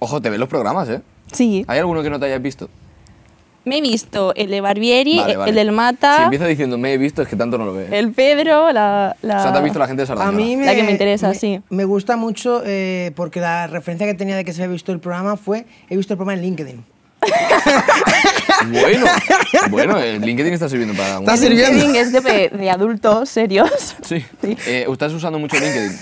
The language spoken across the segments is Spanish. Ojo, te ves los programas, ¿eh? Sí. ¿Hay alguno que no te hayas visto? Me he visto el de Barbieri, Vale, vale. el del Si Mata, empieza diciendo me he visto, es que tanto no lo ves. el Pedro, la... la- O sea, te has visto la gente de Sardañola. A mí me, La que me interesa, me- sí. Me gusta mucho eh, porque la referencia que tenía de que se había visto el programa fue, he visto el programa en LinkedIn. Bueno, bueno, el LinkedIn está sirviendo para... Está un- sirviendo. LinkedIn es de, de adultos serios. Sí. Sí. Eh, ¿Estás usando mucho LinkedIn?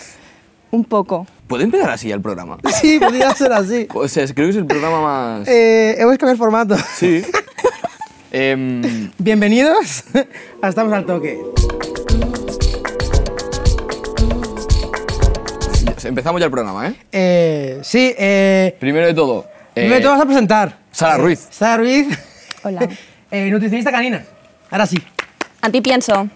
Un poco. ¿Puede empezar así el programa? Sí, podría ser así. O sea, creo que es el programa más... Eh, hemos cambiado formato. Sí. Em, Bienvenidos a Estamos al Toque. empezamos ya el programa, ¿eh? Eh, sí, eh, Primero de todo... eh, primero te vas a presentar. Eh, Sara Ruiz. Sara Ruiz. Hola. eh, nutricionista canina. Ahora sí. Antipienso.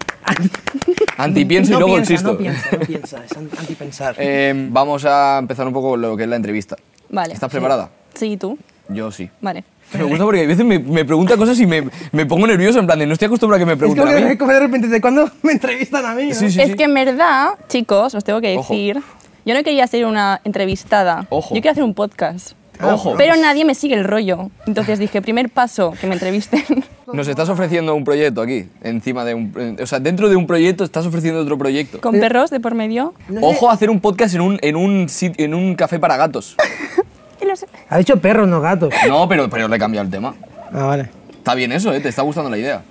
Antipienso y No luego piensa, insisto. No piensa, no piensa, es an- antipensar. Em, vamos a empezar un poco lo que es la entrevista. Vale. ¿Estás preparada? Sí, ¿y tú. Yo sí. Vale. Me gusta porque a veces me, me pregunta cosas y me, me pongo nervioso, en plan de no estoy acostumbrado a que me es como pregunten que a mí. es como de repente, ¿de cuándo me entrevistan a mí? no? Sí, sí, es sí. que en verdad, chicos, os tengo que Ojo. decir, yo no quería hacer una entrevistada. Ojo. Yo quería hacer un podcast. Ojo. Pero nadie me sigue el rollo. Entonces dije, primer paso, que me entrevisten. Nos estás ofreciendo un proyecto aquí, encima de un... en- O sea, dentro de un proyecto estás ofreciendo otro proyecto. Con perros de por medio. No sé- Ojo a hacer un podcast en un, en un, sit- en un café para gatos. Y los- Ha dicho perros, no gatos. No, pero, pero le he cambiado el tema. Ah, vale. Está bien eso, ¿eh? Te está gustando la idea.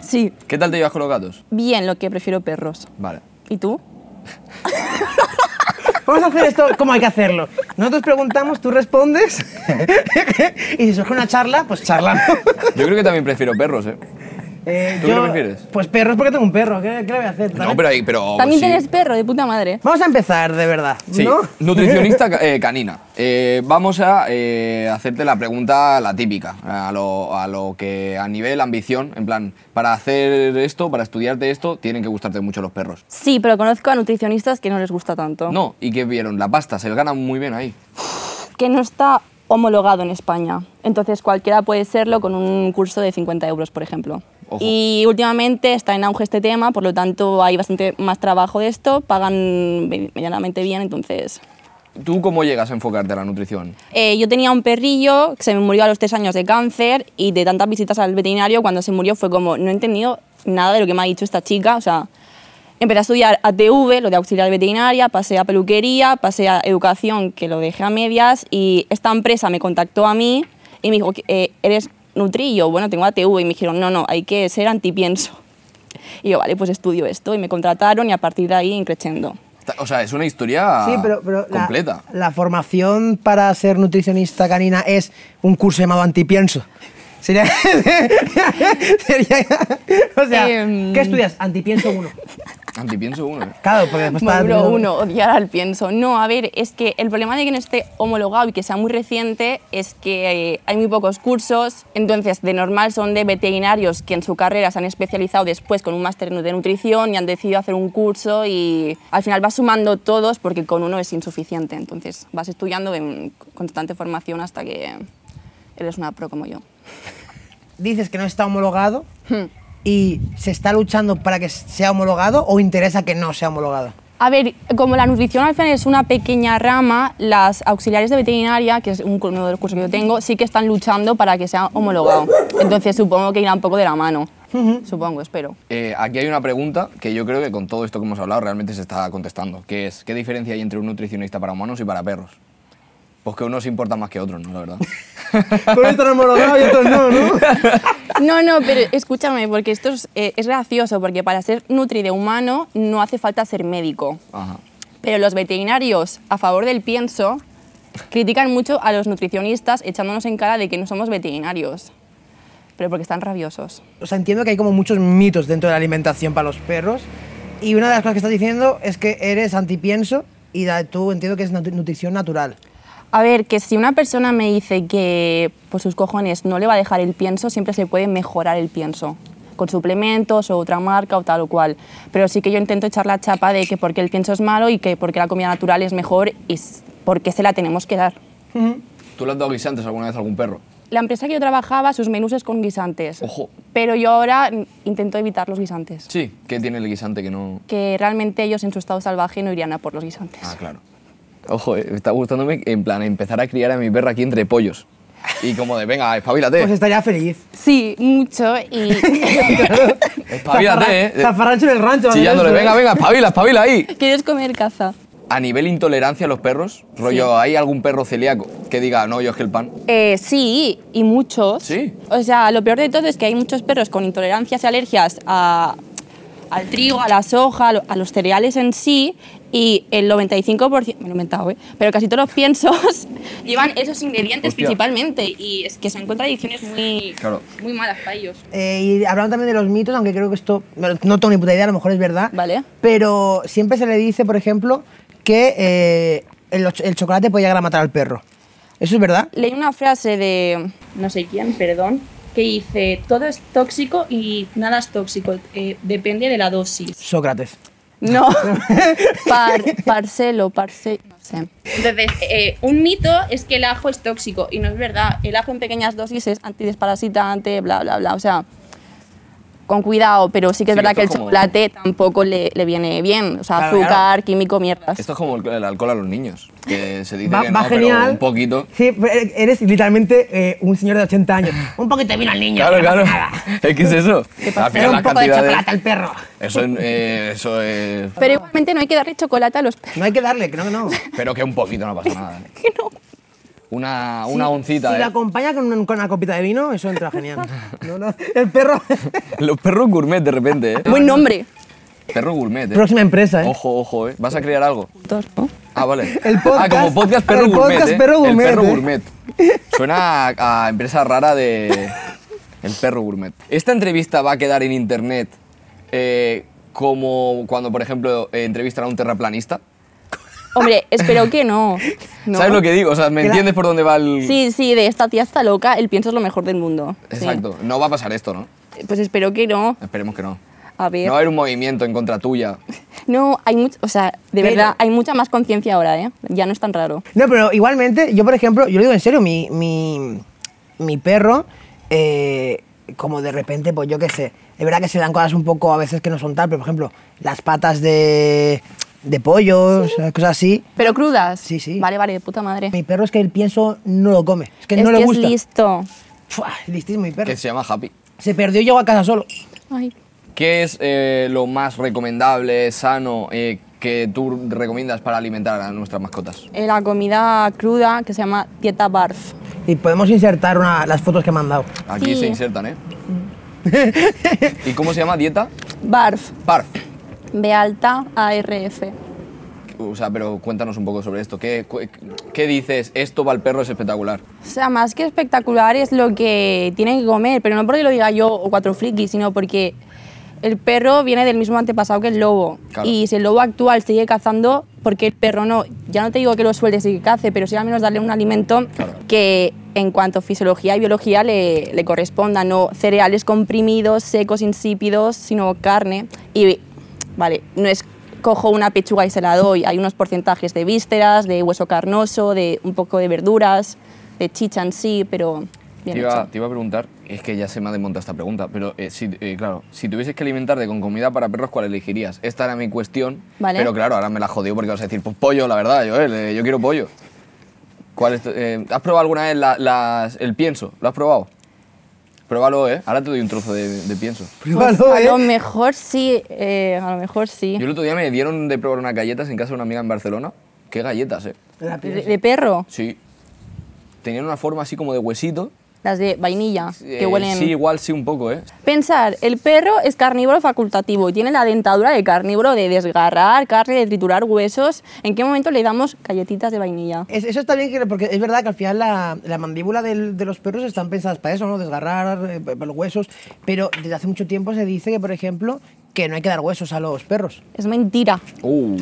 Sí, ¿Qué tal te llevas con los gatos? bien lo que prefiero perros. Vale. ¿Y tú? Vamos a hacer esto como hay que hacerlo. Nosotros preguntamos, tú respondes. y si surge una charla, pues charlamos. Yo creo que también prefiero perros, ¿eh? Eh, ¿Tú qué yo- prefieres? Pues perros, porque tengo un perro. ¿Qué, qué le voy a hacer? No, pero... ahí- pero También Oh, sí. tienes perro, de puta madre. Vamos a empezar, de verdad. Sí, ¿no? nutricionista ca- eh, canina. Eh, vamos a eh, hacerte la pregunta, la típica, a lo, a lo que a nivel ambición, en plan, para hacer esto, para estudiarte esto, tienen que gustarte mucho los perros. Sí, pero conozco a nutricionistas que no les gusta tanto. No, ¿y qué vieron? La pasta, se gana muy bien ahí. Que no está homologado en España. Entonces cualquiera puede serlo con un curso de 50 euros, por ejemplo. Ojo. Y últimamente está en auge este tema, por lo tanto hay bastante más trabajo de esto, pagan me- medianamente bien, entonces... ¿Tú cómo llegas a enfocarte a la nutrición? Eh, yo tenía un perrillo que se me murió a los tres años de cáncer y de tantas visitas al veterinario cuando se murió fue como, no he entendido nada de lo que me ha dicho esta chica, o sea, empecé a estudiar ATV, lo de auxiliar de veterinaria, pasé a peluquería, pasé a educación, que lo dejé a medias y esta empresa me contactó a mí y me dijo, que, eh, ¿eres nutrillo? Bueno, tengo ATV y me dijeron, no, no, hay que ser antipienso. Y yo, vale, pues estudio esto y me contrataron y a partir de ahí creciendo. Ta- O sea, es una historia Sí, pero, pero la- completa. La, formación para ser nutricionista canina es un curso llamado antipienso. Sería. sería- o sea, Em. ¿qué estudias? Antipienso 1. Antipienso uno, ¿eh? Claro, porque después está- Maduro uno, odiar al pienso. No, a ver, es que el problema de que no esté homologado y que sea muy reciente es que eh, hay muy pocos cursos, entonces de normal son de veterinarios que en su carrera se han especializado después con un máster de nutrición y han decidido hacer un curso y al final vas sumando todos porque con uno es insuficiente, entonces vas estudiando en constante formación hasta que eres una pro como yo. Dices que no está homologado Hmm. y se está luchando para que sea homologado o interesa que no sea homologado. A ver, como la nutrición al final es una pequeña rama, las auxiliares de veterinaria, que es un- uno de los cursos que yo tengo, sí que están luchando para que sea homologado. Entonces supongo que irá un poco de la mano. Supongo, espero. Eh, aquí hay una pregunta que yo creo que con todo esto que hemos hablado realmente se está contestando, que es ¿qué diferencia hay entre un nutricionista para humanos y para perros? Pues que unos importan más que otros, ¿no? La verdad. Pero esto no homologado y otros no, ¿no? No, no, pero escúchame, porque esto es, eh, es gracioso, porque para ser nutri de humano no hace falta ser médico. Ajá. Pero los veterinarios a favor del pienso critican mucho a los nutricionistas echándonos en cara de que no somos veterinarios. Pero porque están rabiosos. O sea, entiendo que hay como muchos mitos dentro de la alimentación para los perros. Y una de las cosas que estás diciendo es que eres antipienso y da- tú entiendo que es natu- nutrición natural. A ver, que si una persona me dice que por sus cojones no le va a dejar el pienso, siempre se puede mejorar el pienso con suplementos o otra marca o tal o cual. Pero sí que yo intento echar la chapa de que porque el pienso es malo y que porque la comida natural es mejor y s- por qué se la tenemos que dar. ¿Tú le has dado guisantes alguna vez a algún perro? La empresa que yo trabajaba, sus menús es con guisantes. Ojo. Pero yo ahora mm, intento evitar los guisantes. Sí. ¿Qué tiene el guisante que no...? Que realmente ellos en su estado salvaje no irían a por los guisantes. Ah, claro. Ojo, eh, está gustándome en plan empezar a criar a mi perra aquí entre pollos. Y como de, venga, espabilate. Pues estaría feliz. Sí, mucho. Y espabilate, eh. Zafarrancho en el rancho. Chillándole, venga, venga, espabila, espabila ahí. ¿Quieres comer caza? A nivel intolerancia a los perros, rollo, ¿hay algún perro celíaco que diga, no, yo es que el pan? Eh, sí, y muchos. Sí. O sea, lo peor de todo es que hay muchos perros con intolerancias y alergias a- al trigo, a la soja, a, lo- a los cereales en sí, y el 95%, me lo he inventado, ¿eh? pero casi todos los piensos llevan esos ingredientes Hostia. principalmente, y es que son contradicciones muy, Claro. muy malas para ellos. Eh, y hablando también de los mitos, aunque creo que esto no no tengo ni puta idea, a lo mejor es verdad. Vale. Pero siempre se le dice, por ejemplo, que eh, el, och- el chocolate puede llegar a matar al perro. ¿Eso es verdad? Leí una frase de no sé quién, perdón, que dice, todo es tóxico y nada es tóxico, eh, depende de la dosis. Sócrates. No, Par- parcelo, parcelo, no sé. Entonces, eh, un mito es que el ajo es tóxico y no es verdad. El ajo en pequeñas dosis es antidesparasitante, bla, bla, bla. O sea, con cuidado, pero sí que es Sí, verdad esto que el es como- chocolate tampoco le, le viene bien. O sea, Claro, azúcar, químico, mierdas. Esto es como el, el alcohol a los niños, que se dice Va, que va no, genial. pero un poquito. Sí, pero eres literalmente eh, un señor de 80 años. un poquito de vino al niño. Claro, no pasa claro. nada. Es que es eso. Al Pero final un las poco de cantidades... chocolate al perro. Eso, en- eh, eso es... Pero igualmente no hay que darle chocolate a los perros. No hay que darle, que no, que no. Pero que un poquito no pasa nada. ¿eh? que no. Una, una oncita, Si la ¿eh? acompaña con, un- con una copita de vino, eso entra genial. No, no, el perro. Los perros gourmet de repente, ¿eh? Buen nombre. Perro gourmet, ¿eh? Próxima empresa, ¿eh? Ojo, ojo, ¿eh? ¿Vas a crear algo? Ah, vale. El ah, podcast- como podcast perro el gourmet. podcast ¿eh? perro El gourmet, perro ¿eh? gourmet. Suena a, a empresa rara de. El perro gourmet. Esta entrevista va a quedar en internet eh, como cuando, por ejemplo, eh, entrevistan a un terraplanista. Hombre, espero que no. No. ¿Sabes lo que digo? O sea, ¿me Queda- entiendes por dónde va el.? Sí, sí, de esta tía está loca, el pienso es lo mejor del mundo. Sí. Exacto. No va a pasar esto, ¿no? Pues espero que no. Esperemos que no. A ver. No va a haber un movimiento en contra tuya. No, hay mucho, o sea, de Pero- verdad, hay mucha más conciencia ahora, ¿eh? Ya no es tan raro. No, pero igualmente, yo por ejemplo, yo lo digo en serio, mi, mi, mi perro, eh, como de repente, pues yo qué sé, es verdad que se le dan cosas un poco a veces que no son tal, pero por ejemplo, las patas de, de pollo, o sea, cosas así. Pero crudas. Sí, sí. Vale, vale, de puta madre. Mi perro es que el pienso no lo come, es que es no que le gusta. es listo. Fua, listísimo mi perro. Que se llama Happy. Se perdió y llegó a casa solo. Ay. ¿Qué es eh, lo más recomendable, sano, eh, que tú recomiendas para alimentar a nuestras mascotas? Eh, La comida cruda que se llama dieta barf. Y podemos insertar una- las fotos que me han dado. Aquí Sí. Mm. se insertan, ¿eh? ¿Y cómo se llama dieta? Barf. Parf. B alta ARF. O sea, pero cuéntanos un poco sobre esto. ¿Qué, cu- qué dices? Esto va al perro, es espectacular. O sea, más que espectacular es lo que tienen que comer, pero no porque lo diga yo o cuatro frikis, sino porque el perro viene del mismo antepasado que el lobo. Claro. Y si el lobo actual sigue cazando, porque el perro no? Ya no te digo que lo suelte y que cace, pero sí al menos darle un alimento que en cuanto a fisiología y biología le, le corresponda, no cereales comprimidos, secos, insípidos, sino carne. Y vale, no es cojo una pechuga y se la doy, hay unos porcentajes de vísceras, de hueso carnoso, de un poco de verduras, de chicha en sí, pero bien Te iba, hecho. te iba a preguntar, es que ya se me ha desmontado esta pregunta, pero eh, si, eh, claro, si tuvieses que alimentarte con comida para perros, ¿cuál elegirías? Esta era mi cuestión, Vale. pero claro, ahora me la jodió porque vas a decir, pues pollo, la verdad, yo, yo quiero pollo. ¿Cuál es tu- eh, ¿Has probado alguna vez la- las- el pienso? ¿Lo has probado? Pruébalo, ¿eh? Ahora te doy un trozo de- de pienso. Pruébalo, Pues, a ¿eh? lo mejor sí, eh, a lo mejor sí. Yo el otro día me dieron de probar unas galletas en casa de una amiga en Barcelona. ¿Qué galletas, eh? La De, piel. de perro, Sí. Tenían una forma así como de huesito. las de vainilla, que Eh, huelen. Sí, igual sí un poco, ¿eh? Pensar, el perro es carnívoro facultativo, tiene la dentadura de carnívoro de desgarrar carne, de triturar huesos. ¿En qué momento le damos galletitas de vainilla? Es- eso está bien, que- porque es verdad que al final la, la mandíbula del- de los perros están pensadas para eso, ¿no? Desgarrar eh, pa- para los huesos. Pero desde hace mucho tiempo se dice que, por ejemplo, que no hay que dar huesos a los perros. Es mentira. Uh.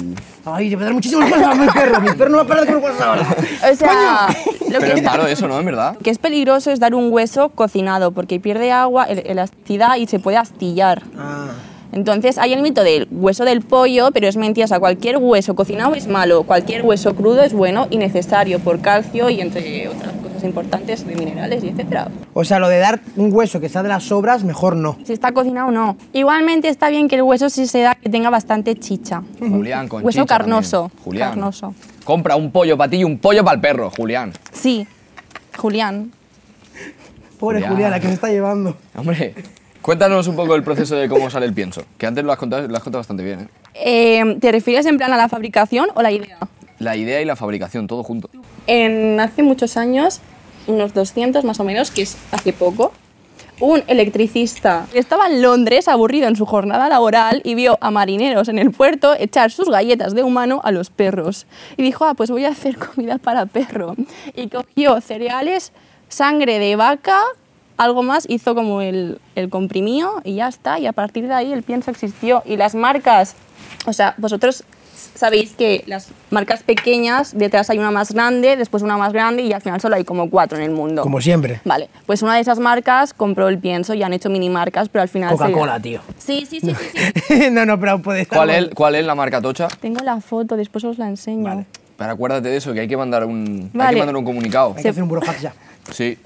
Ay, yo voy a dar muchísimos huesos a mi perro. Mi perro no va a parar de comer huesos ahora. O sea, lo Pero que es malo eso, ¿no? En verdad. Lo que es peligroso es dar un hueso cocinado porque pierde agua, el- elasticidad y se puede astillar. Ah, Entonces hay el mito del hueso del pollo, pero es mentira. O sea, cualquier hueso cocinado es malo, cualquier hueso crudo es bueno y necesario por calcio y entre otras cosas. cosas importantes de minerales y etcétera. O sea, lo de dar un hueso que sea de las sobras, mejor no. Si está cocinado o no. Igualmente está bien que el hueso si se da que tenga bastante chicha. Julián con Hueso chicha también. carnoso, Julián. carnoso. Compra un pollo para ti y un pollo para el perro, Julián. Sí, Julián. Pobre Julián. Julián, la que se está llevando. Hombre, cuéntanos un poco el proceso de cómo sale el pienso. Que antes lo has contado, lo has contado bastante bien, ¿eh? Eh, ¿Te refieres en plan a la fabricación o la idea? La idea y la fabricación, todo junto. En hace muchos años, unos 200 más o menos, que es hace poco, un electricista estaba en Londres aburrido en su jornada laboral y vio a marineros en el puerto echar sus galletas de humano a los perros. Y dijo, ah, pues voy a hacer comida para perro. Y cogió cereales, sangre de vaca, algo más, hizo como el, el comprimido y ya está. Y a partir de ahí el pienso existió. Y las marcas, o sea, vosotros sabéis que las marcas pequeñas, detrás hay una más grande, después una más grande y al final solo hay como cuatro en el mundo. Como siempre. Vale, pues una de esas marcas compró el pienso y han hecho mini marcas, pero al final. se- Coca-Cola, tío. Sí, sí, sí, sí, sí. no, no, pero puede estar. ¿Cuál mal. es, ¿Cuál es la marca tocha? Tengo la foto, después os la enseño. Vale. Pero acuérdate de eso, que hay que mandar un, hay que Vale. mandar un comunicado. Hay Se- que hacer un burofax ya. Sí.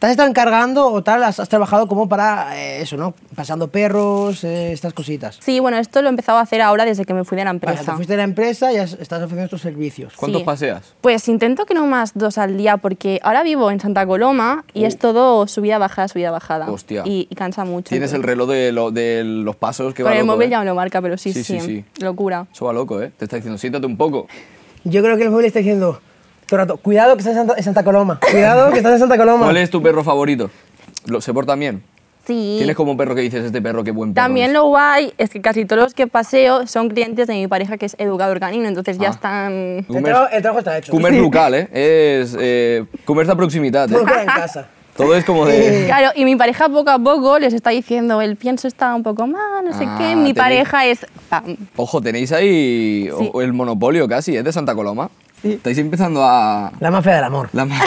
¿Te has estado encargando o tal? Has, has trabajado como para eh, eso, ¿no? Pasando perros, eh, estas cositas. Sí, bueno, esto lo he empezado a hacer ahora desde que me fui de la Vale, empresa. te fuiste de la empresa y has- estás ofreciendo estos servicios. ¿Cuántos Sí. paseas? Pues intento que no más dos al día, porque ahora vivo en Santa Coloma y es todo subida, bajada, subida, bajada. Hostia. Y, y cansa mucho. Tienes el Entonces, reloj de, lo- de los pasos que va Con el loco, móvil ¿eh? ya me lo marca, pero sí, Sí, sí. sí, sí. Locura. Eso va loco, ¿eh? Te está diciendo, siéntate un poco. Yo creo que el móvil está diciendo todo el rato, cuidado que estás en Santa, en Santa Coloma, cuidado que estás en Santa Coloma. ¿Cuál es tu perro favorito? Lo- ¿Se portan bien? Sí. ¿Tienes como un perro que dices, este perro qué buen perro También es"? lo guay es que casi todos los que paseo son clientes de mi pareja que es educador canino, entonces ya Ah. están... El, trabajo- el trabajo está hecho. Comer local, ¿eh? Es eh, comer de proximidad, ¿eh? Todo queda en casa. Todo es como Eh. de... Claro, y mi pareja poco a poco les está diciendo, el pienso está un poco mal, no sé Ah, qué, mi tenéis- pareja es... pam. Ojo, tenéis ahí o- Sí. o el monopolio casi, ¿es de Santa Coloma? Estáis empezando a... La mafia del amor. la ma-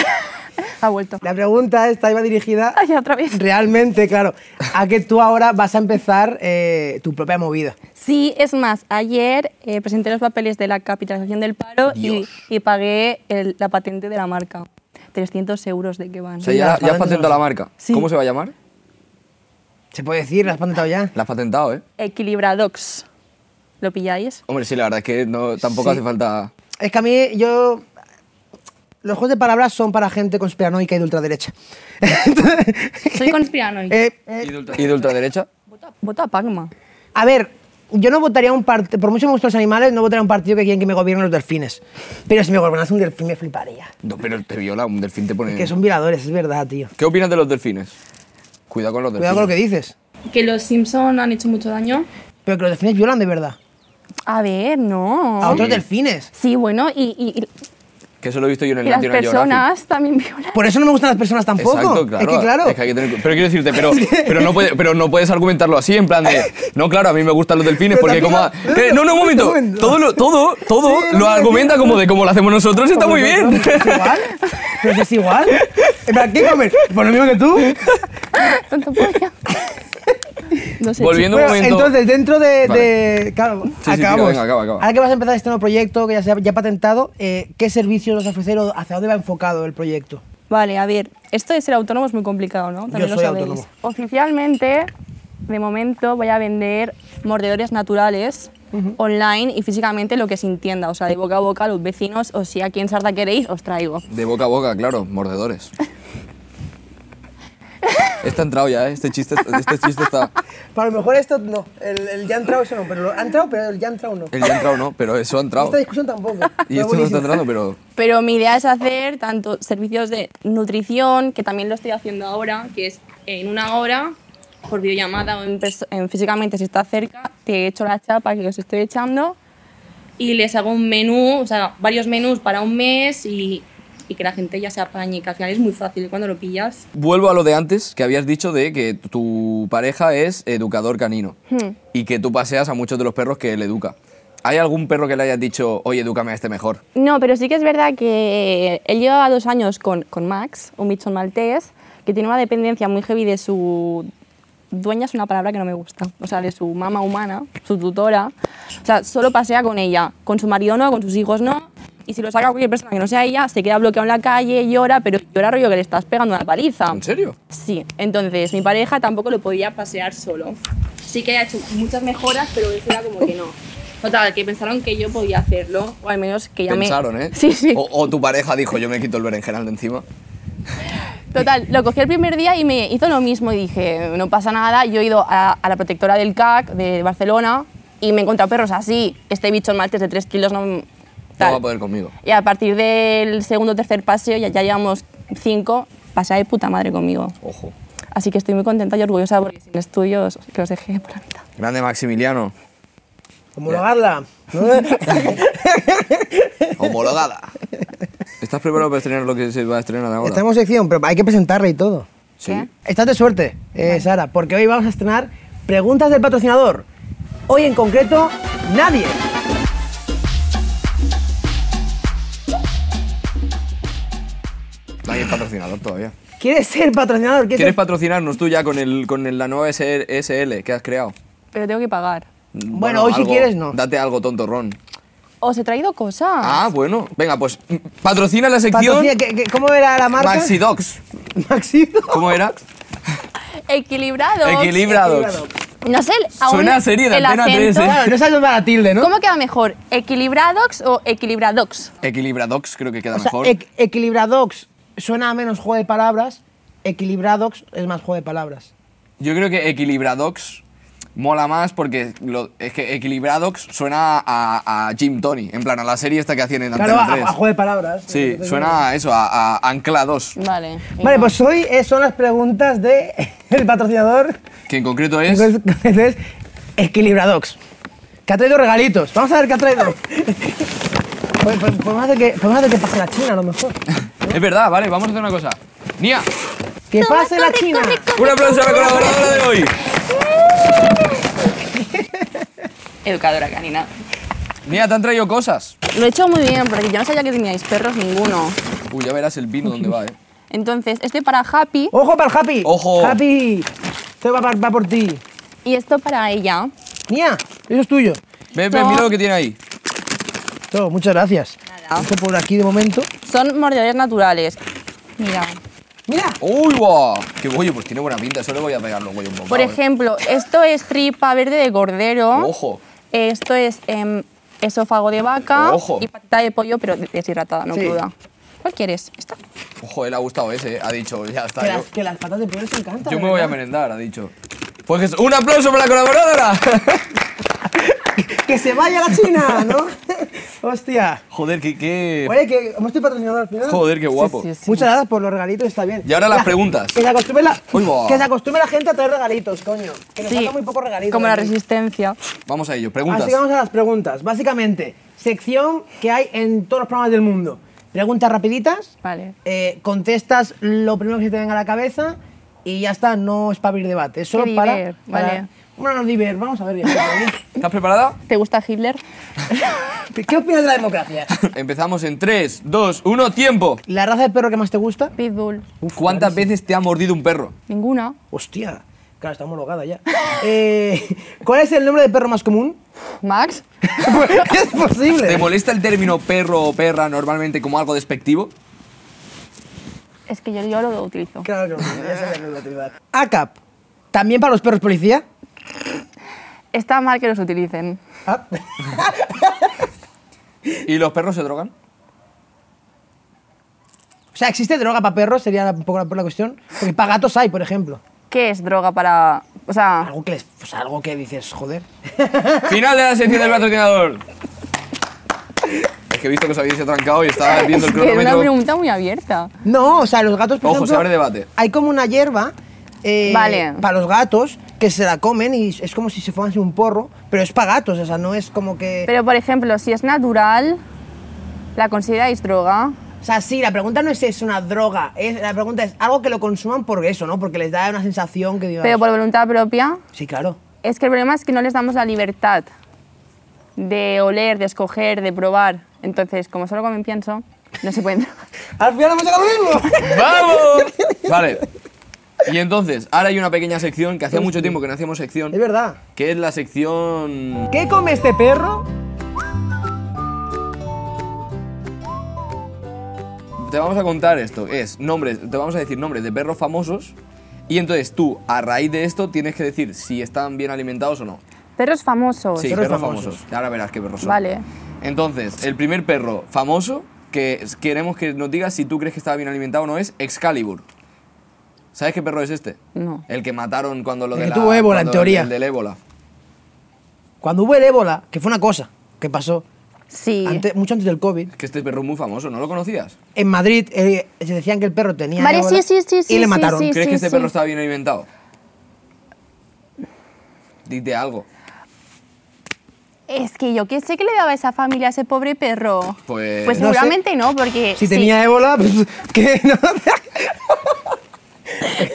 Ha vuelto. La pregunta esta iba dirigida Ay, otra vez. realmente, claro, a que tú ahora vas a empezar eh, tu propia movida. Sí, es más, ayer eh, presenté los papeles de la capitalización del paro y, y pagué el- la patente de la marca. 300 euros de que van. O sea, ya, las ya has patentes patentado no la sé. marca. Sí. ¿Cómo se va a llamar? ¿Se puede decir? ¿La has patentado ya? La has patentado, ¿eh? Equilibradox. ¿Lo pilláis? Hombre, sí, la verdad es que no, tampoco Sí. hace falta... Es que a mí yo... Los juegos de palabras son para gente conspiranoica y de ultraderecha. Soy conspiranoica. Eh, ¿Y de ultraderecha? Vota- Vota a Pagma. a ver, yo no votaría un partido... Por mucho que me gustan los animales, no votaría un partido que quieren que me gobiernen los delfines. Pero si me gobernase un delfín me fliparía. No, pero te viola, un delfín te pone... Que son violadores, es verdad, tío. ¿Qué opinas de los delfines? Cuidado con los delfines. Cuidado con lo que dices. ¿Que los Simpson han hecho mucho daño? Pero que los delfines violan de verdad. A ver, no. A otros delfines. Sí, bueno, y, y- y- Que eso lo he visto yo en el y las National Geographic. personas también violan. Por eso no me gustan las personas tampoco. Exacto, claro. Es que claro. es que hay que tener- pero quiero decirte, pero, pero, no puede- pero no puedes argumentarlo así, en plan de. No, claro, a mí me gustan los delfines Pero porque como. a- también- que- no, no, un momento. Un momento. Todo lo, todo, todo Sí, no lo me argumenta como de como lo hacemos nosotros, está muy bien. Pero es igual. Pero si es igual. En plan, ¿qué comes? Por Pues lo mismo que tú. Tonto polla. No sé. Volviendo un Bueno, momento. entonces, dentro de. Vale. de- claro, sí, acabamos. tío, venga, acaba, acaba. Ahora que vas a empezar este nuevo proyecto que ya se ha ya ha patentado, eh, ¿qué servicios vas a ofrecer o hacia dónde va enfocado el proyecto? Vale, a ver, esto de ser autónomo es muy complicado, ¿no? También lo Yo soy sabéis. autónomo. Oficialmente, de momento, voy a vender mordedores naturales online y físicamente lo que se entienda, o sea, de boca a boca a los vecinos o si aquí en Sarda queréis, os traigo. De boca a boca, claro, mordedores. Está entrado ya, ¿eh? este chiste, este chiste está. Para lo mejor esto no. El, ya entrado eso no. Pero lo, han entrado, pero el ya entrado no. El ya ha entrado no, pero eso ha entrado. Esta discusión tampoco. Y esto no está entrando, pero. Pero mi idea es hacer tanto servicios de nutrición, que también lo estoy haciendo ahora, que es en una hora, por videollamada o en perso- en físicamente si está cerca, te echo la chapa que os estoy echando y les hago un menú, o sea, varios menús para un mes y, y que la gente ya se apañe, que al final es muy fácil cuando lo pillas. Vuelvo a lo de antes, que habías dicho de que tu pareja es educador canino y que tú paseas a muchos de los perros que él educa. ¿Hay algún perro que le hayas dicho, oye, edúcame a este mejor? No, pero sí que es verdad que él llevaba dos años con, con Max, un bichón maltés, que tiene una dependencia muy heavy de su dueña, es una palabra que no me gusta, o sea, de su mamá humana, su tutora. O sea, solo pasea con ella, con su marido no, con sus hijos no, y y si lo saca cualquier persona que no sea ella, se queda bloqueado en la calle, llora, pero llora rollo que le estás pegando una paliza. ¿En serio? Sí, entonces mi pareja tampoco lo podía pasear solo. Sí que ha hecho muchas mejoras, pero eso era como que no. Total, que pensaron que yo podía hacerlo, o al menos que ya me- Pensaron, ¿eh? Sí, sí. O, o tu pareja dijo, yo me quito el berenjenal de encima. Total, lo cogí el primer día y me hizo lo mismo y dije, no pasa nada, yo he ido a, a la protectora del CAC de Barcelona y me he encontrado perros así, este bicho maltés de 3 kilos no... No tal. va a poder conmigo. Y a partir del segundo o tercer paseo, ya, ya llevamos 5, pasea de puta madre conmigo. Ojo. Así que estoy muy contenta y orgullosa porque sin estudios que los dejé por la mitad. Grande Maximiliano. Homologarla. Homologada. ¿Estás preparado para estrenar lo que se va a estrenar ahora? Estamos en sección, pero hay que presentarla y todo. Sí. ¿Qué? Estás de suerte, eh, Sara, porque hoy vamos a estrenar preguntas del patrocinador. Hoy en concreto, nadie. Nadie es patrocinador todavía. ¿Quieres ser patrocinador? ¿Quieres ¿Quieres ser- patrocinarnos tú ya con, el, con el- la nueva SR SL que has creado? Pero tengo que pagar. Bueno, hoy si algo- quieres, no. Date algo, tontorrón. Os he traído cosas. Ah, bueno. Venga, pues mm, patrocina la sección Patrocina- ¿qué- qué- ¿Cómo era la marca? Maxidox. Maxido. ¿Cómo era? Equilibrados. Equilibrados. No sé, el- aún Suena a serie de el Antena 3, acento- ¿eh? Claro, no sabes dónde va la tilde, ¿no? ¿Cómo queda mejor? ¿Equilibradox o equilibradox? Equilibradox creo que queda O sea, mejor. equ- equilibradox suena a menos juego de palabras, equilibradox es más juego de palabras. Yo creo que Equilibradox mola más porque lo- es que Equilibradox suena a, a Jim Tony, en plan a la serie esta que hacían en Claro, Antena a, 3. a juego de palabras. Sí, suena a eso, a, a Ancla 2, Vale. Vale, pues hoy eh, son las preguntas del el patrocinador. que en concreto es... Entonces, Equilibradox. Que ha traído regalitos. Vamos a ver qué ha traído. Pues- pues- Podemos hacer, que, podemos hacer que pase la China, a lo mejor. Es verdad, vale, vamos a hacer una cosa. Nia, ¡Que pase la China! un aplauso a la colaboradora de hoy. Educadora canina. Nia, te han traído cosas. Lo he hecho muy bien porque yo no sabía que teníais perros ninguno. Uy, ya verás el vino dónde va, eh. Entonces, este para Happy ¡Ojo para el Happy! Ojo. ¡Happy! Esto va, pa- va por ti. y esto para ella. Mía, eso es tuyo. Ve, ve, No. mira lo que tiene ahí. Todo, muchas gracias. Nada. Esto por aquí de momento. Son mordedores naturales. Mira. ¡Mira! ¡Uy, guau! Qué bollo, pues tiene buena pinta, eso le voy a pegar luego yo un poco. Por ejemplo, esto es tripa verde de cordero. Ojo. Esto es em, esófago de vaca. Ojo. Y patita de pollo, pero deshidratada, no Sí. cruda. ¿Cuál quieres? ¿Esta? Ojo, él ha gustado ese, eh. ha dicho, ya Que está. las, Yo, que las patas de pollo les encantan. yo me de voy a verdad. merendar, ha dicho. Pues que- un aplauso para la colaboradora. ¡Que se vaya la China! ¿No? ¡Hostia! Joder, qué, qué... Oye, que hemos estoy patrocinado al final. Joder, qué guapo. Sí, sí, sí. Muchas gracias por los regalitos, está bien. Y ahora las La- preguntas. Que se acostumbre la, Uy, va. que se acostumbre la gente a traer regalitos, coño. Que nos Sí, faltan muy pocos regalitos. Como la aquí. resistencia. Vamos a ello, preguntas. Así que vamos a las preguntas. Básicamente, sección que hay en todos los programas del mundo. Preguntas rapiditas. Vale. eh, contestas lo primero que se te venga a la cabeza y ya está, no es para abrir debate. Es solo Qué para, diver, para- vale. Bueno, no diver, vamos a ver. ¿Estás preparada? ¿Te gusta Hitler? ¿Qué opinas de la democracia? Empezamos en 3, 2, 1, tiempo. ¿La raza de perro que más te gusta? Pitbull. ¿Cuántas veces te ha mordido un perro? Ninguna. Hostia, claro, está homologada ya. Eh, ¿Cuál es el nombre de perro más común? Max. es ¿Te posible. molesta el término perro o perra normalmente como algo despectivo? Es que yo, yo lo utilizo. Claro que no, esa es la novedad. ACAP, ¿también para los perros policía? Está mal que los utilicen. Ah. ¿Y los perros se drogan? O sea, ¿existe droga para perros? Sería un poco la, por la cuestión. Porque para gatos hay, por ejemplo. ¿Qué es droga para.? O sea. Algo que, les- o sea, algo que dices, joder. Final de la sección del patrocinador. Es que he visto que os habéis trancado y estaba viendo el Es que es una cronómetro. pregunta muy abierta. No, o sea, los gatos, por Ojo, ejemplo, se abre debate. Hay como una hierba eh, Vale. para los gatos que se la comen y es como si se fueran un porro, pero es para gatos, o sea, no es como que... Pero, por ejemplo, si es natural, ¿la consideráis droga? O sea, sí, la pregunta no es si es una droga, es, la pregunta es algo que lo consuman por eso, ¿no? Porque les da una sensación que digas... Pero por voluntad propia. Sí, claro. Es que el problema es que no les damos la libertad de oler, de escoger, de probar. Entonces, como solo comen pienso, no se pueden. Al final hemos llegado al mismo. ¡Vamos! Vale. Y entonces, ahora hay una pequeña sección que hacía mucho tiempo que no hacíamos es sección, verdad. que es la sección... ¿Qué come este perro? te vamos a contar esto, es nombres, te vamos a decir nombres de perros famosos y entonces tú, a raíz de esto, tienes que decir si están bien alimentados o no. Perros famosos. Sí, perros perros, famosos. famosos. Ahora verás qué perros son. Vale. Entonces, el primer perro famoso que es- queremos que nos digas si tú crees que estaba bien alimentado o no es Excalibur. ¿Sabes qué perro es este? No. El que mataron cuando lo El de que la- tuvo ébola, en cuando- teoría. El del ébola. Cuando hubo el ébola, que fue una cosa que pasó Sí. antes- mucho antes del COVID, Es que este perro es muy famoso, ¿no lo conocías? en Madrid eh, se decían que el perro tenía Vale, ébola sí, sí, sí, sí, y le sí, mataron. sí. ¿Crees que este sí. perro estaba bien alimentado? Dite algo. Es que yo que sé que le daba esa familia a ese pobre perro. Pues- Pues No sé. seguramente no, porque. Si sí. tenía ébola, pues, ¿qué? No,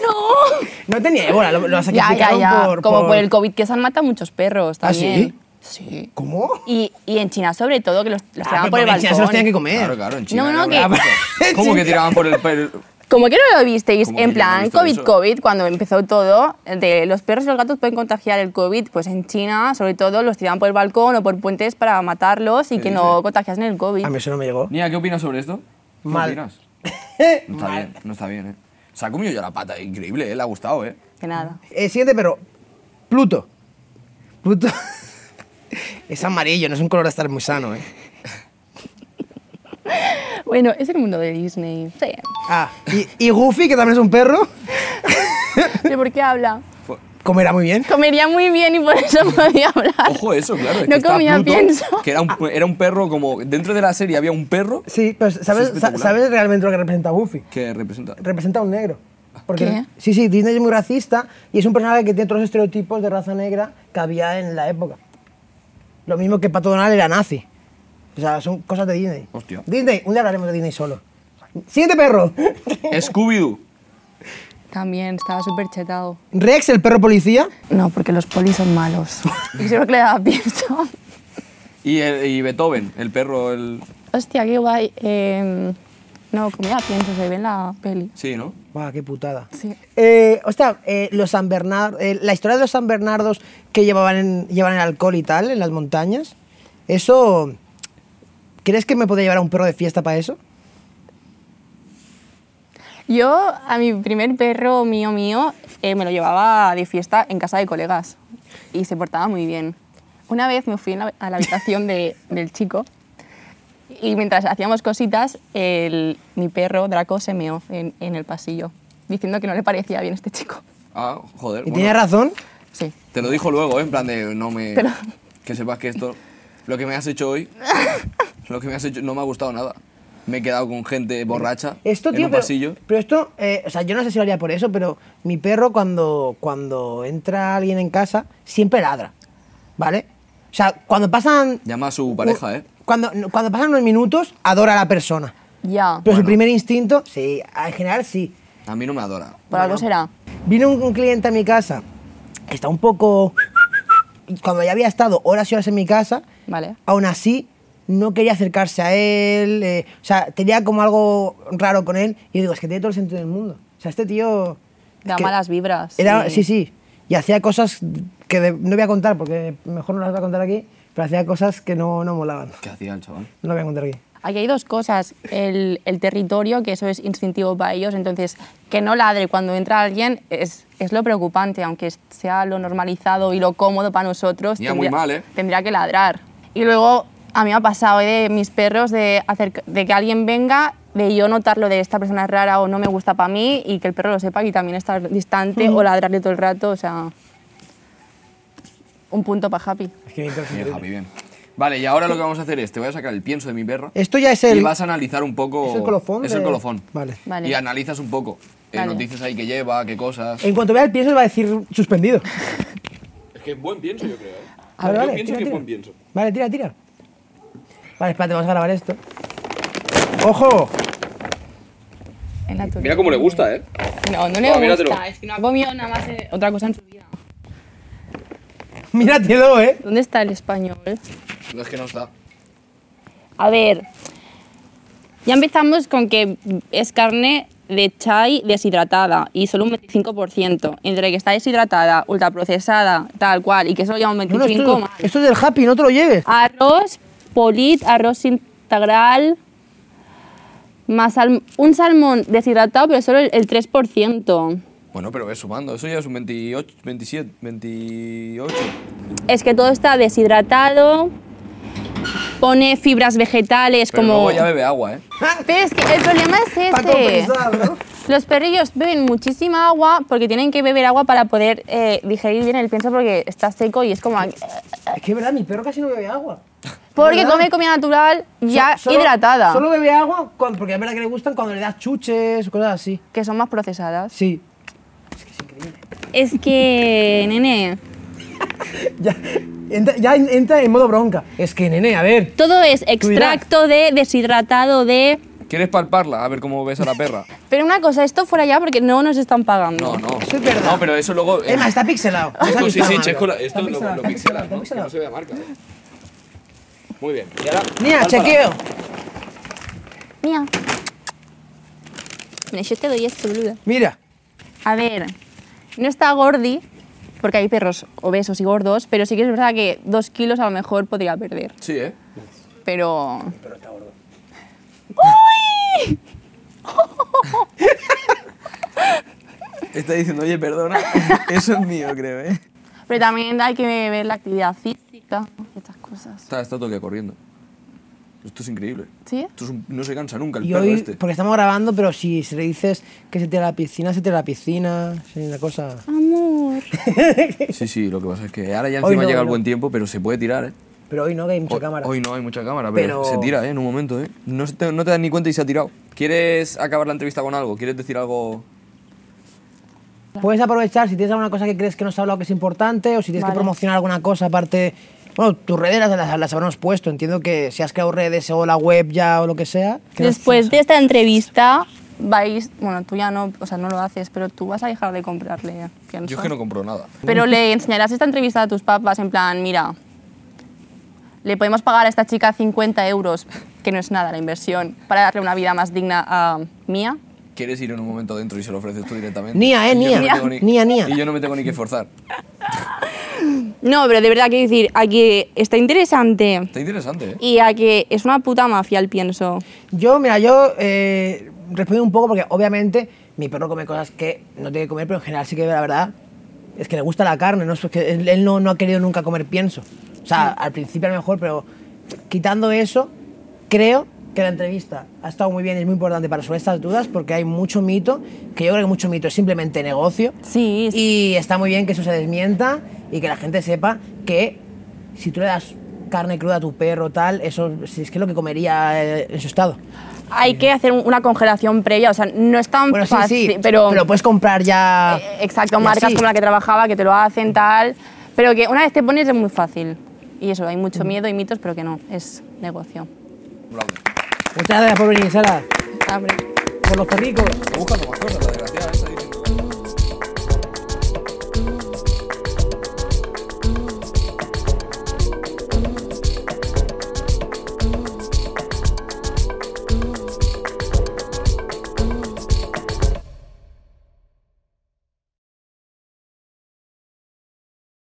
¡No! no tenía ébola, lo, lo Ya, ya, sacrificaron ya. por... Como por... el COVID, que se han matado muchos perros ¿Ah, sí? también. sí? ¿Cómo? Y, Y en China, sobre todo, que los, los Ah, tiraban pero por el porque en balcón. China se los tenían que comer. Claro, claro, en China. No, no, era que- una cosa. ¿Cómo que tiraban por el perro? ¿Cómo que no lo visteis? ¿Cómo que yo no En he plan, visto COVID, eso? COVID, cuando empezó todo, de los perros y los gatos pueden contagiar el COVID, pues en China, sobre todo, los tiraban por el balcón o por puentes para matarlos y ¿Qué que no dices? contagiasen el COVID. A mí eso no me llegó. Nia, ¿qué opinas sobre esto? ¿Qué Mal. opinas? No está bien, no está bien, ¿eh? Se ha comido yo la pata, increíble, ¿eh? Le ha gustado, ¿eh? Que nada. El siguiente perro, Pluto. Pluto es amarillo, no es un color a estar muy sano, ¿eh? Bueno, es el mundo de Disney. Sí. Ah, y, y Goofy, que también es un perro, ¿Pero por qué habla? Fue- comerá muy bien. Comería muy bien y por eso podía hablar. Ojo eso, claro. es No que está comía, Pluto, pienso. Que era un, era un perro como... Dentro de la serie había un perro Sí, pero ¿sabes, Es sa- espectacular. ¿sabes realmente lo que representa Goofy? que representa... Representa a un negro. Porque, ¿Qué? Sí, sí, Disney es muy racista y es un personaje que tiene todos los estereotipos de raza negra que había en la época. Lo mismo que Pato Donald era nazi. O sea, son cosas de Disney. Hostia. Disney, un día hablaremos de Disney solo. Siguiente perro. Scooby-Doo. También, estaba súper chetado. Rex, el perro policía. No, porque los polis son malos. Yo creo que le daba pienso. Y, el- y Beethoven, el perro, el... Hostia, qué guay. Eh, no, comida pienso, se ve en la peli. Sí, ¿no? Buah, qué putada. Sí. Eh, hostia, eh, los San Bernard- eh, la historia de los San Bernardos que llevaban, en- llevan el alcohol y tal en las montañas, eso... ¿Crees que me podría llevar a un perro de fiesta para eso? Yo, a mi primer perro mío mío, eh, me lo llevaba de fiesta en casa de colegas y se portaba muy bien. Una vez me fui en la- a la habitación de- del chico y mientras hacíamos cositas, el- mi perro Draco se meó en, en el pasillo diciendo que no le parecía bien este chico. Ah, joder. Y bueno. tiene razón. Sí. Te lo dijo luego, ¿eh? en plan de no me. Pero- Que sepas que esto. Lo que me has hecho hoy. lo que me has hecho. No me ha gustado nada. Me he quedado con gente borracha. Esto, en tío, un pero, pasillo. pero esto, eh, o sea, yo no sé si lo haría por eso, pero mi perro cuando, cuando entra alguien en casa siempre ladra, ¿vale? O sea, cuando pasan... Llama a su Uh. pareja, ¿eh? Cuando, cuando pasan unos minutos, adora a la persona. Ya, Pero su primer instinto, sí, en general sí. A mí no me adora. por algo será. Vino un, un cliente a mi casa que está un poco... y Cuando ya había estado horas y horas en mi casa, Vale. aún así no quería acercarse a él, eh, o sea, tenía como algo raro con él y yo digo, es que tiene todo el sentido del mundo. O sea, este tío... Da es que malas vibras. Era, y- sí, sí. Y hacía cosas que de- no voy a contar porque mejor no las voy a contar aquí, pero hacía cosas que no, no molaban. ¿Qué hacía el chaval? No las voy a contar aquí. Aquí hay dos cosas. El, el territorio, que eso es instintivo para ellos, entonces que no ladre cuando entra alguien es, es lo preocupante, aunque sea lo normalizado y lo cómodo para nosotros, Ya, muy mal, ¿eh? tendría que ladrar. Y luego a mí me ha pasado ¿eh? de mis perros de, hacer, de que alguien venga, de yo notarlo de esta persona es rara o no me gusta para mí y que el perro lo sepa y también estar distante o ladrarle todo el rato, o sea, un punto para Happy. Es que me interesa. Bien, Javi, bien. Vale, y ahora lo que vamos a hacer es: te voy a sacar el pienso de mi perro. Esto ya es Y el... vas a analizar un poco. ¿Es el colofón Es el de- colofón. Vale. Vale. Y analizas un poco. Eh, Vale. Nos dices ahí qué lleva, qué cosas. En cuanto vea el pienso, él va a decir suspendido. Es que es buen pienso, yo creo. A ver, vale, tira, tira. Vale, tira, tira. Vale, espérate, vamos a grabar esto. ¡Ojo! En la Mira cómo le gusta, ¿eh? No, no le Ah, míratelo. gusta. Es que no ha comido nada más eh, otra cosa en su vida. Míratelo, ¿eh? ¿Dónde está el español? No es que no está. A ver, ya empezamos con que es carne de chai deshidratada y solo un 25%. Entre que está deshidratada, ultraprocesada, tal cual, y que solo lleva un 25%. No, no, esto, esto es del Happy, no te lo lleves. Arroz, polit, arroz integral, Más sal- un salmón deshidratado, pero solo el, el 3%. Bueno, pero ves sumando, eso ya es un 28, 27, 28. Es que todo está deshidratado. Pone fibras vegetales Pero como. luego ya bebe agua, ¿eh? Pero es que el problema es Para este. compensar, ¿no? Los perrillos beben muchísima agua porque tienen que beber agua para poder eh, digerir bien el pienso porque está seco y es como... eh, Es que es verdad, mi perro casi no bebe agua. Porque ¿Verdad? come comida natural ya So- solo- hidratada, Solo bebe agua cuando- porque es verdad que le gustan cuando le das chuches o cosas así. que son más procesadas. Sí. Es que, nene. Ya entra, ya en- entra en modo bronca. Es que, nene, a ver. Todo es extracto de deshidratado de. ¿Quieres palparla? A ver cómo ves a la perra. Pero una cosa, esto fuera ya porque no nos están pagando. No, no. Eso es verdad. No, pero eso luego. eh, Es más, está pixelado. Está Chesco, sí, sí, pixelado, Mario. Chesco, la- Está esto lo, pixelado, lo está pixelas, pixelado, ¿no? está Que no se pixelado. vea marca. ¿eh? Muy bien. Y ahora, Mira, palpala. chequeo. Mía. Mira, yo te doy esto, boluda. Mira. A ver, No está gordi, porque hay perros obesos y gordos, pero sí que es verdad que dos kilos a lo mejor podría perder. Sí, ¿eh? Pero. Está diciendo, oye, perdona. Eso es mío, creo, ¿eh? pero también hay que ver la actividad física y estas cosas. Está, está todo el día corriendo. Esto es increíble. ¿Sí? Esto es un- no se cansa nunca el Y perro hoy, este. porque estamos grabando, pero si se le dices que se tira a la piscina, se tira a la piscina. Es una cosa. Ah. Amor. Sí, sí, lo que pasa es que ahora ya Hoy encima no, llega el no. buen tiempo, pero se puede tirar, ¿eh? Pero hoy no, que hay mucha Hoy- cámara. Hoy no hay mucha cámara, pero, Pero- se tira, ¿eh? En un momento, ¿eh? No, se te, no te das ni cuenta y se ha tirado. ¿Quieres acabar la entrevista con algo? ¿Quieres decir algo? Puedes aprovechar si tienes alguna cosa que crees que no se ha hablado que es importante o si tienes Vale. que promocionar alguna cosa aparte. Bueno, tus redes las, las, las habremos puesto. Entiendo que si has creado redes o la web ya o lo que sea. que nos- Después de esta entrevista. Vais, bueno, tú ya no, o sea, no lo haces, pero tú vas a dejar de comprarle, pienso. Yo es que no compro nada. Pero le enseñarás esta entrevista a tus papas en plan, mira, le podemos pagar a esta chica 50 euros, que no es nada la inversión, para darle una vida más digna a Mía. ¿Quieres ir en un momento adentro y se lo ofreces tú directamente? Nia, ¿eh? Y yo no Nia. me tengo ni- Nia, Nia. Y yo no me tengo ni que esforzar. No, pero de verdad quiero decir, a que está interesante Está interesante, ¿eh? y a que es una puta mafia el pienso. Yo, mira, yo eh, respondo un poco porque obviamente mi perro come cosas que no tiene que comer, pero en general sí que la verdad es que le gusta la carne, ¿no? Es que él, él no, no ha querido nunca comer pienso. O sea, al principio a lo mejor, pero quitando eso, creo que la entrevista ha estado muy bien y es muy importante para sobre estas dudas porque hay mucho mito, que yo creo que mucho mito es simplemente negocio. Sí, Y está muy bien que eso se desmienta y que la gente sepa que si tú le das carne cruda a tu perro tal, eso si es que es lo que comería eh, en su estado. Hay que hacer un- una congelación previa, o sea, no es tan Bueno, sí, fácil, sí, pero, puedes comprar ya... eh, exacto, ya marcas sí. como la que trabajaba que te lo hacen tal, pero que una vez te pones es muy fácil. Y eso, hay mucho miedo y mitos, pero que no, es negocio. Bravo. Muchas gracias por venir, Sara, Hambre. por los perricos. Está buscando más cosas.